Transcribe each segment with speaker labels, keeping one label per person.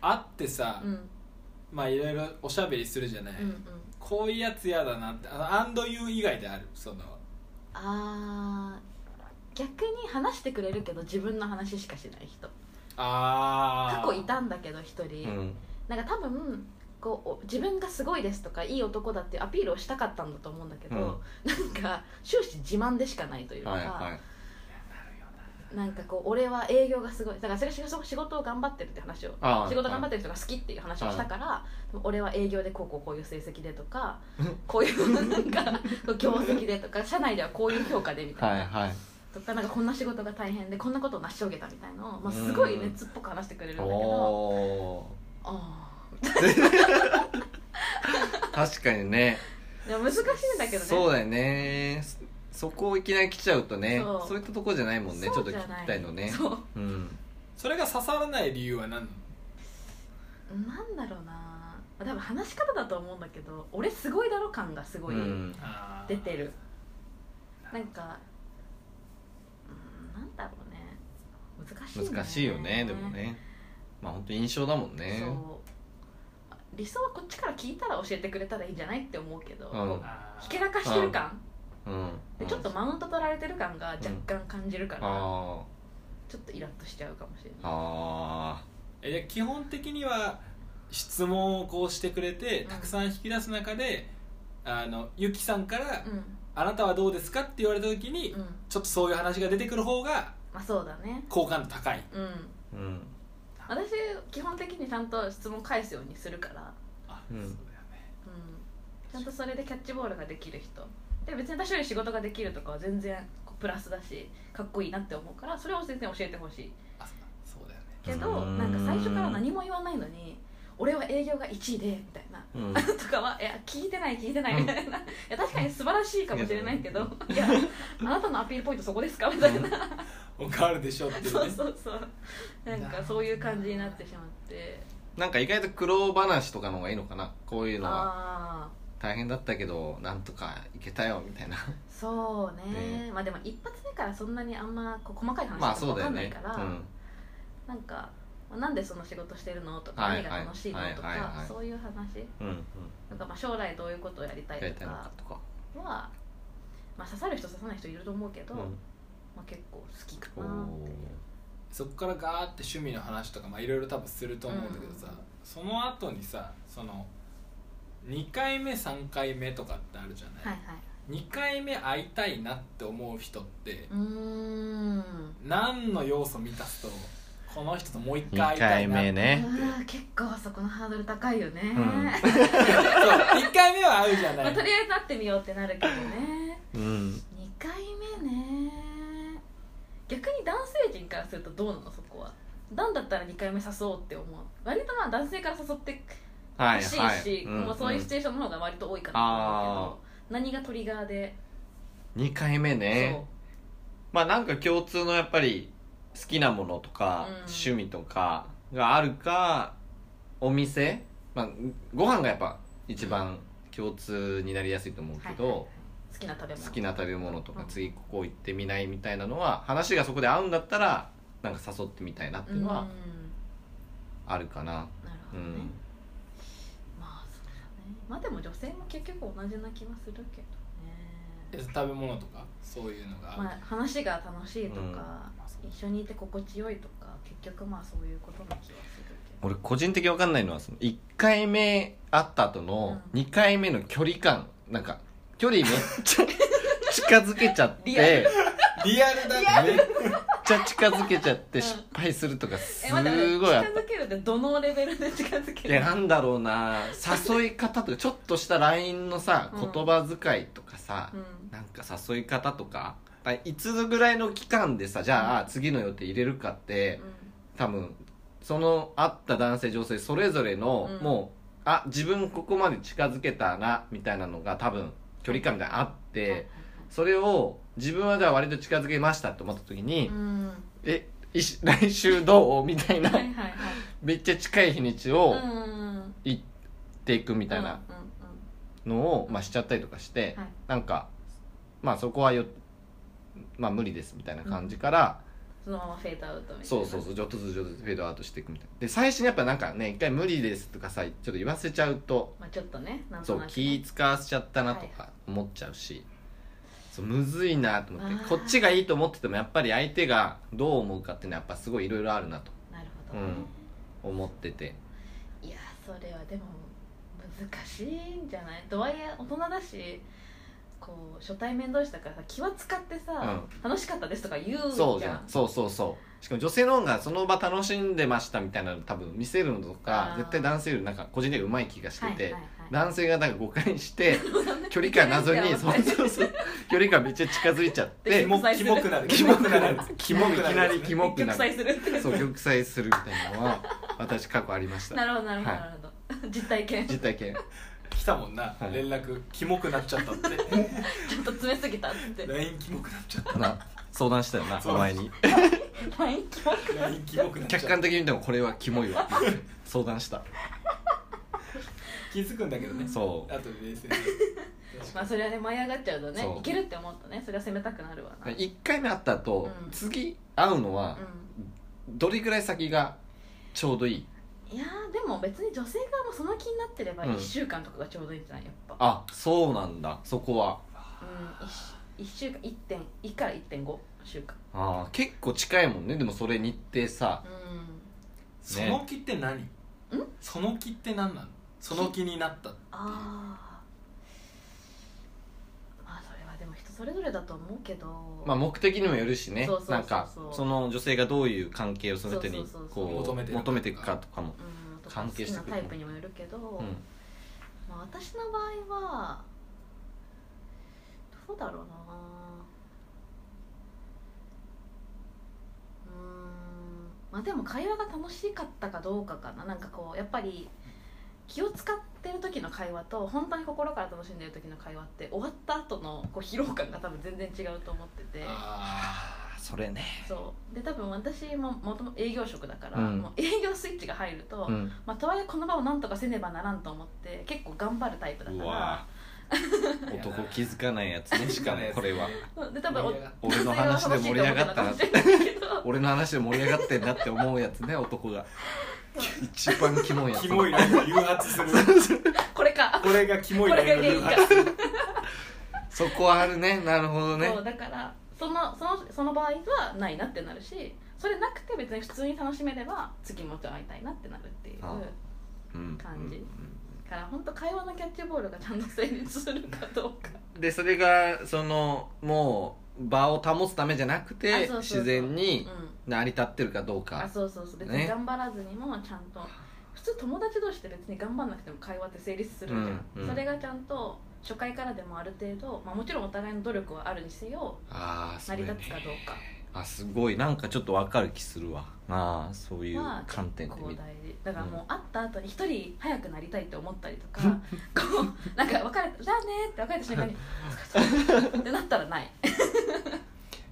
Speaker 1: 会ってさ、
Speaker 2: うんうん
Speaker 1: まあいろいろおしゃべりするじゃない、
Speaker 2: うん
Speaker 1: こういうやつ嫌だなってあのアンドユー以外であるその
Speaker 2: あー逆に話してくれるけど自分の話しかしない人
Speaker 1: あ
Speaker 2: 過
Speaker 1: あ
Speaker 2: 去いたんだけど一人、
Speaker 3: うん
Speaker 2: なんか多分こうお自分がすごいですとかいい男だっていうアピールをしたかったんだと思うんだけど、
Speaker 3: うん
Speaker 2: なんか終始自慢でしかないというか、
Speaker 3: はいはい
Speaker 2: なんかこう俺は営業がすごいだからそれが仕事仕事を頑張ってるって話を
Speaker 3: あー
Speaker 2: 仕事頑張っ
Speaker 3: は
Speaker 2: てる人が好きっていう話をしたから、でも俺は営業でこうこうこういう成績でとか、
Speaker 3: うん
Speaker 2: こういうなんか 業績でとか社内ではこういう評価でみたいな、
Speaker 3: いはいはい
Speaker 2: とかなんかこんな仕事が大変でこんなことを成し遂げたみたいのを、まあ、すごい熱っぽく話してくれるんだけど、
Speaker 3: お
Speaker 2: あ
Speaker 3: ー確かにね
Speaker 2: ーいや難しいんだけどね
Speaker 3: そうだよねそそこをいきなり来ちゃうとね
Speaker 2: そ
Speaker 3: そうういったとこじゃないもんねちょ
Speaker 2: そ
Speaker 3: っ
Speaker 2: う
Speaker 3: と
Speaker 2: じゃ
Speaker 3: 聞
Speaker 2: ない
Speaker 3: きたいのね
Speaker 2: そう
Speaker 3: うん
Speaker 1: それが刺さらない理由は何なの
Speaker 2: なんだろうな多分話し方だと思うんだけど俺すごいだろ感がすごい
Speaker 3: うん
Speaker 1: あー
Speaker 2: 出てる、なんかうんなんだろうね難しい、ね、
Speaker 3: 難しいよねでもねまあ本当印象だもんね
Speaker 2: そう理想はこっちから聞いたら教えてくれたらいいんじゃないって思うけど、
Speaker 3: うん
Speaker 2: こう
Speaker 1: あー
Speaker 2: ひけらかしてる感、
Speaker 3: うん
Speaker 2: でちょっとマウント取られてる感が若干感じるから、
Speaker 3: あ
Speaker 2: ちょっとイラッとしちゃうかもしれ
Speaker 3: あ
Speaker 2: ない
Speaker 3: あ
Speaker 1: えじゃあ基本的には質問をこうしてくれて
Speaker 2: うん
Speaker 1: たくさん引き出す中で、あのゆきさんから、
Speaker 2: うん
Speaker 1: あなたはどうですか?」って言われた時に、
Speaker 2: うん
Speaker 1: ちょっとそういう話が出てくる方が
Speaker 2: まあそうだね
Speaker 1: 好感度高い
Speaker 2: うん
Speaker 3: ーうん
Speaker 2: 私基本的にちゃんと質問返すようにするから
Speaker 1: あ
Speaker 3: うん
Speaker 1: そうだよね
Speaker 2: うんちゃんとそれでキャッチボールができる人で別に私より仕事ができるとかは全然こうプラスだしかっこいいなって思うからそれを全然教えてほしい
Speaker 1: あそうそうだよね
Speaker 2: け
Speaker 3: う
Speaker 2: ど
Speaker 3: ーん
Speaker 2: なんか最初から何も言わないのに俺は営業が1位でみたいな
Speaker 3: うん
Speaker 2: とかはいや聞いてない聞いてないみたいないや確かに素晴らしいかもしれないけどいやあなたのアピールポイントそこですかみたいな
Speaker 1: 他あるでしょってい う
Speaker 2: そう
Speaker 1: ね
Speaker 2: そうそうなんかそういう感じになってしまって
Speaker 3: なんか意外と苦労話とかの方がいいのかなこういうのは
Speaker 2: ああ
Speaker 3: 大変だったけどなんとかいけたよみたいな
Speaker 2: そうね
Speaker 3: ね
Speaker 2: まあでも一発目からそんなにあんまこう細かい
Speaker 3: まあ
Speaker 2: 話とか
Speaker 3: そ
Speaker 2: 分
Speaker 3: うだ
Speaker 2: か
Speaker 3: よ
Speaker 2: んない
Speaker 3: ね
Speaker 2: から、なんかまあなんでその仕事してるのとか、
Speaker 3: はい
Speaker 2: 何が楽しいのとか、
Speaker 3: はいはいはい
Speaker 2: そういう話
Speaker 3: うんうん
Speaker 2: なんかまあ将来どういうことをやりた
Speaker 3: う
Speaker 2: い
Speaker 3: んやり
Speaker 2: と
Speaker 3: たいの
Speaker 2: か
Speaker 3: かとか
Speaker 2: は、まあ、刺さる人刺さない人いると思うけど、
Speaker 3: うん
Speaker 2: まあ、結構好きか
Speaker 3: お
Speaker 2: なっ
Speaker 3: ー
Speaker 2: ていう
Speaker 1: そこからガーって趣味の話とかまあいろいろ多分すると思うんだけどさ、
Speaker 2: うん
Speaker 1: その後にさその2回目3回目とかってあるじゃない、
Speaker 2: はいはい
Speaker 1: 2回目会いたいなって思う人って
Speaker 2: うーん
Speaker 1: 何の要素満たすとこの人ともう1回会
Speaker 3: 2
Speaker 1: いたい
Speaker 3: 回
Speaker 1: な
Speaker 3: 目ね
Speaker 2: うわ結構そこのハードル高いよね、
Speaker 3: う ん
Speaker 1: そう1回目は会うじゃ
Speaker 2: ま
Speaker 1: な
Speaker 2: あ、と
Speaker 1: い
Speaker 2: りあえず会ってみようってなるけどね
Speaker 3: うん
Speaker 2: 2回目ね逆に男性陣からするとどうなのそこは男だったら2回目誘おうって思う割とまあ男性から誘って
Speaker 3: は
Speaker 2: ほ
Speaker 3: い
Speaker 2: しいし、
Speaker 3: はい
Speaker 2: もうそういうシチュエーションの方が割と多いかなと思うけど、何がトリガーで、
Speaker 3: 2回目ねまあなんか共通のやっぱり好きなものとか、
Speaker 2: うん
Speaker 3: 趣味とかがあるかお店、まあ、ご飯がやっぱ一番共通になりやすいと思うけど、
Speaker 2: はいはいはい好きな食べ物
Speaker 3: 好きな食べ物と
Speaker 2: う
Speaker 3: か
Speaker 2: ん
Speaker 3: 次ここ行ってみないみたいなのは話がそこで合うんだったらなんか誘ってみたいなっていうの
Speaker 2: う
Speaker 3: は
Speaker 2: ん
Speaker 3: あるかな
Speaker 2: なるほど
Speaker 3: うん、
Speaker 2: ね、まあそうだねまあでも女性も結局同じな気はするけどね
Speaker 1: 食べ物とかそういうのがある、
Speaker 2: まあ話が楽しいとか、
Speaker 1: まあそう
Speaker 2: 一緒にいて心地よいとか結局まあそういうことな気はするけど
Speaker 3: 俺個人的に分かんないのはその1回目会った後の
Speaker 2: うん
Speaker 3: 2回目の距離感なんか 距離めっちゃ近づけちゃって
Speaker 2: リアル
Speaker 1: リアルだね
Speaker 3: めっちゃ近づけちゃっ
Speaker 2: う
Speaker 3: て
Speaker 2: ん
Speaker 3: 失敗するとかす
Speaker 2: え
Speaker 3: ご
Speaker 2: 待って
Speaker 3: い
Speaker 2: 近
Speaker 3: あっ
Speaker 2: づけるってどのレベルで近づけ
Speaker 3: たい
Speaker 2: る
Speaker 3: やなんだろうな誘い方とかちょっとした LINE のさ
Speaker 2: うん
Speaker 3: 言葉遣いとかさ
Speaker 2: うん
Speaker 3: なんか誘い方とかだからいつぐらいの期間でさじゃあ次の予定入れるかって多分その会った男性女性それぞれの
Speaker 2: うん
Speaker 3: もうあ自分ここまで近づけたなみたいなのが多分距離感みたいなのあってそれを自分はじゃあ割と近づけましたって思った時に
Speaker 2: うんうん
Speaker 3: えいし 来週どうみたい
Speaker 2: は
Speaker 3: ない
Speaker 2: はいはい
Speaker 3: めっちゃ近い日にちを
Speaker 2: うんうんうん
Speaker 3: 行っていくみたいな
Speaker 2: うんうんうん
Speaker 3: のを、まあ、しちゃったりとかして、
Speaker 2: はい
Speaker 3: なんかまあそこはよ、まあ、無理ですみたいな感じから
Speaker 2: そのままフェードアウトみたいな
Speaker 3: そうそうそうちょっとずつちょっとずつフェードアウトしていくみたいなで最初にやっぱなんかね一回無理ですとかさちょっと言わせちゃうと
Speaker 2: まあちょっとねなん
Speaker 3: そ
Speaker 2: と
Speaker 3: う
Speaker 2: なく
Speaker 3: 気使わせちゃったなとか思っちゃうし、そうむずいなと思ってこっちがいいと思っててもやっぱり相手がどう思うかっていうのはやっぱすごいいろいろあるなと
Speaker 2: なるほどね、
Speaker 3: 思ってて
Speaker 2: いやそれはでも難しいんじゃないとはいえ大人だしこう初対面同士だからさ気は使ってさ、楽しかったですとか言うじゃん
Speaker 3: そうじゃんそうそうそうしかも女性の方がその場楽しんでましたみたいなの多分見せるのと
Speaker 2: あ
Speaker 3: か
Speaker 2: ー
Speaker 3: 絶対男性よりなんか個人的にうまい気がして
Speaker 2: はい
Speaker 3: て、
Speaker 2: はいはい
Speaker 3: 男性がなんか誤解して 距離感謎にそうそうそう距離感めっちゃ近づいちゃっ
Speaker 1: キ
Speaker 3: て
Speaker 1: モ
Speaker 2: 再生
Speaker 1: キモくなる
Speaker 3: キモくなる
Speaker 1: キ
Speaker 3: キ
Speaker 1: モ
Speaker 3: モ
Speaker 1: く
Speaker 3: い
Speaker 1: な
Speaker 3: き
Speaker 1: る
Speaker 3: なりキモく
Speaker 2: 玉
Speaker 3: な
Speaker 2: 砕
Speaker 3: る
Speaker 2: するって
Speaker 3: そう玉砕するみたいなのは私過去ありました
Speaker 2: なるほどなるほど、
Speaker 3: はい
Speaker 2: なるほど実体験ち
Speaker 3: 実体験
Speaker 1: 来たもんな、
Speaker 3: はい
Speaker 1: 連絡キモくなっちゃったって
Speaker 2: ょっと詰めすぎたっつって
Speaker 1: LINE キモくなっちゃっ
Speaker 3: な相談したよな
Speaker 1: そう
Speaker 3: お前に
Speaker 2: LINE キモく
Speaker 1: た LINE キモくなっちゃっ
Speaker 3: 客
Speaker 1: た
Speaker 3: 観的に見てもこれはキモいわって言って相談した
Speaker 1: 気づくんだけどね
Speaker 3: そう
Speaker 1: あとで冷静
Speaker 2: まあそれはね舞い上がっちゃうとね
Speaker 3: そう
Speaker 2: いけるって思うとねそれは攻めたくなるわな、
Speaker 3: 1回目会った後、
Speaker 2: うん
Speaker 3: 次会うのはどれぐらい先がちょうどいい
Speaker 2: うん、いやーでも別に女性側もその気になってれば
Speaker 3: うん
Speaker 2: 1週間とかがちょうどいいんじゃないやっぱ
Speaker 3: あそうなんだそこは
Speaker 2: うん 1, 週間1点1から1.5週間
Speaker 3: あー結構近いもんねでもそれ日程さ
Speaker 2: うん
Speaker 1: その気って何、その気って何なのその気になったっていう
Speaker 2: あーまあそれはでも人それぞれだと思うけど
Speaker 3: まあ目的にもよるしね
Speaker 2: そうそうそうそう
Speaker 3: なんかその女性がどういう関係をその
Speaker 2: そ
Speaker 3: 人
Speaker 2: う
Speaker 3: に
Speaker 2: そうそうそう
Speaker 3: こう
Speaker 1: 求めてるか
Speaker 3: 求めていくかとかも、
Speaker 2: うん、とか
Speaker 3: 関係して
Speaker 2: 好
Speaker 3: く
Speaker 2: き
Speaker 3: る
Speaker 2: なタイプにもよるけど、
Speaker 3: うん、
Speaker 2: まあ、私の場合はどうだろうなうーんまあでも会話が楽しかったかどうかかななんかこうやっぱり気を使ってる時の会話と本当に心から楽しんでる時の会話って終わった後のこう疲労感が多分全然違うと思ってて
Speaker 1: あ
Speaker 3: あそれね
Speaker 2: そうで多分私ももともと営業職だから、
Speaker 3: うん
Speaker 2: もう営業スイッチが入ると、
Speaker 3: うん
Speaker 2: まあ、とはいえこの場をなんとかせねばならんと思って結構頑張るタイプだか
Speaker 3: う
Speaker 2: ら
Speaker 3: わ ー男気づかないやつねしかもこれは
Speaker 2: で多分お
Speaker 3: 俺の話で盛り上がったなって俺の話で盛り上がってんだって思うやつね男が一番キモいやつ
Speaker 1: キモいラインを誘発する
Speaker 2: これか
Speaker 1: これがキ
Speaker 2: こ
Speaker 1: モい
Speaker 2: れ
Speaker 1: ラ
Speaker 2: が
Speaker 1: インを
Speaker 2: 原
Speaker 1: 誘
Speaker 2: 因か
Speaker 1: 発する
Speaker 3: そこはあるねなるほどね
Speaker 2: そうだからそのそのその場合はないなってなるしそれなくて別に普通に楽しめれば次もちろん会いたいなってなるっていう
Speaker 3: あうん
Speaker 2: 感じ
Speaker 3: うん
Speaker 2: から本当会話のキャッチボールがちゃんと成立するかどうか
Speaker 3: でそれがそのもう場を保つためじゃな
Speaker 2: あそ
Speaker 3: く
Speaker 2: う
Speaker 3: て
Speaker 2: そうそう
Speaker 3: 自然
Speaker 2: うん
Speaker 3: に成り立ってるかどう
Speaker 2: あ
Speaker 3: か
Speaker 2: そうそうそう別に
Speaker 3: ね
Speaker 2: 頑張らずにもちゃんと普通友達同士って別に頑張んなくても会話って成立するじゃん、
Speaker 3: うんうん
Speaker 2: それがちゃんと初回からでもある程度、まあ、もちろんお互いの努力はあるにせよ
Speaker 3: ああそ
Speaker 2: 成
Speaker 3: れ、
Speaker 2: り
Speaker 3: ね
Speaker 2: 立、つかどうか
Speaker 3: あすごいなんかちょっと分かる気するわああそういう
Speaker 2: は
Speaker 3: 観点で
Speaker 2: こう
Speaker 3: 見
Speaker 2: 大
Speaker 3: て
Speaker 2: 事だからもう会った後に一人早くなりたいって思ったり とかこうなんか別れた「じゃあね」って別れた瞬間に「疲れた」ってなったらない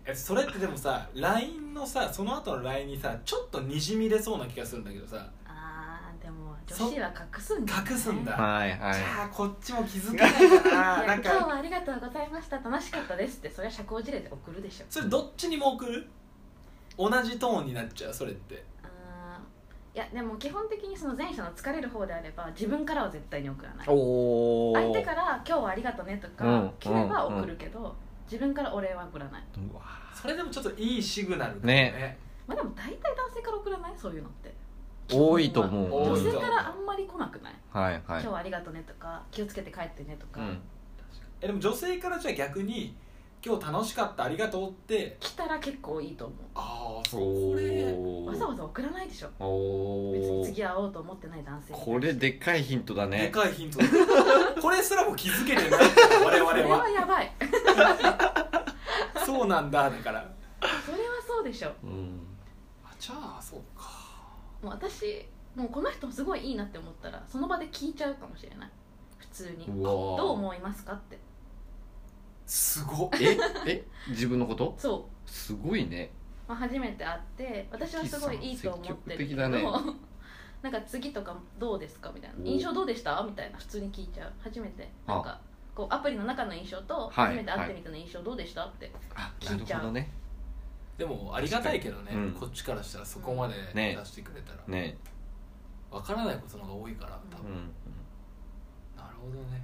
Speaker 1: えそれってでもさ LINE のさその後の LINE にさちょっとにじみ出そうな気がするんだけどさ
Speaker 2: あーでも女子は隠すんだ、
Speaker 1: 隠すんだ
Speaker 3: はいはい
Speaker 1: じゃあこっちも気づかない
Speaker 2: い
Speaker 1: かな
Speaker 2: や今
Speaker 1: なん
Speaker 2: 日
Speaker 1: か
Speaker 2: はありがとうございました楽しかったですってそれは社交辞令で送るでしょ
Speaker 1: それどっちにも送る同じトーンになっちゃうそれって
Speaker 2: あーいやでも基本的にその前者の疲れる方であれば自分からは絶対に送らない
Speaker 3: おお
Speaker 2: 相手から「今日はありがとね」と
Speaker 3: うん
Speaker 2: か来れば送るけど、自分からお礼は送らない
Speaker 1: それでもちょっといいシグナルだよ
Speaker 3: ね
Speaker 2: まあでも大体男性から送らないそういうのって
Speaker 3: 多いと思う
Speaker 1: 多
Speaker 2: 女
Speaker 1: い
Speaker 2: 性
Speaker 1: と思う
Speaker 2: からあんまり来なくない、
Speaker 3: はいはい
Speaker 2: 今日はありがとねとか気をつけて帰ってねとか、
Speaker 3: うん
Speaker 1: えでも女性からじゃあ逆に「今日楽しかったありがとう」って
Speaker 2: 来たら結構いいと思
Speaker 1: ああ
Speaker 3: お
Speaker 1: それ
Speaker 2: うわざわざ送らないでしょ
Speaker 3: お
Speaker 2: 別に
Speaker 3: ー
Speaker 2: 次会おうと思ってない男性に
Speaker 3: これでかいヒントだ
Speaker 1: で
Speaker 3: ね
Speaker 1: かいヒント だこれすらも気づけてない我々
Speaker 2: それ は
Speaker 1: は
Speaker 2: やばい
Speaker 1: そうなんだだから
Speaker 2: それはそうでしょ
Speaker 3: うん
Speaker 1: あじゃあそうか
Speaker 2: もう私もうこの人すごいいいなって思ったらその場で聞いちゃうかもしれない普通に
Speaker 3: うわー
Speaker 2: どう思いますかって
Speaker 1: すごっ
Speaker 3: ええ自分のこと
Speaker 2: そ
Speaker 3: すごいね
Speaker 2: う、まあ、初めて会って私はすごいいいと思ってるけ
Speaker 3: 積極的
Speaker 2: ど、
Speaker 3: だね
Speaker 2: なんか次とかどうですかみたいな
Speaker 3: おー
Speaker 2: 印象どうでしたみたいな普通に聞いちゃう初めて
Speaker 3: あ
Speaker 2: なんかこうアプリの中の印象と
Speaker 3: は
Speaker 2: 初
Speaker 3: い
Speaker 2: めて会ってみての印象どうでしたって
Speaker 3: あ
Speaker 2: 聞いちゃう
Speaker 3: ね
Speaker 1: でもありがたいけどね、
Speaker 3: うん
Speaker 1: こっちからしたらそこまで
Speaker 3: ね
Speaker 1: 出してくれたら、
Speaker 3: ね
Speaker 1: わからないことの方が多いから多
Speaker 3: う
Speaker 1: 分、
Speaker 3: ん
Speaker 1: なるほどね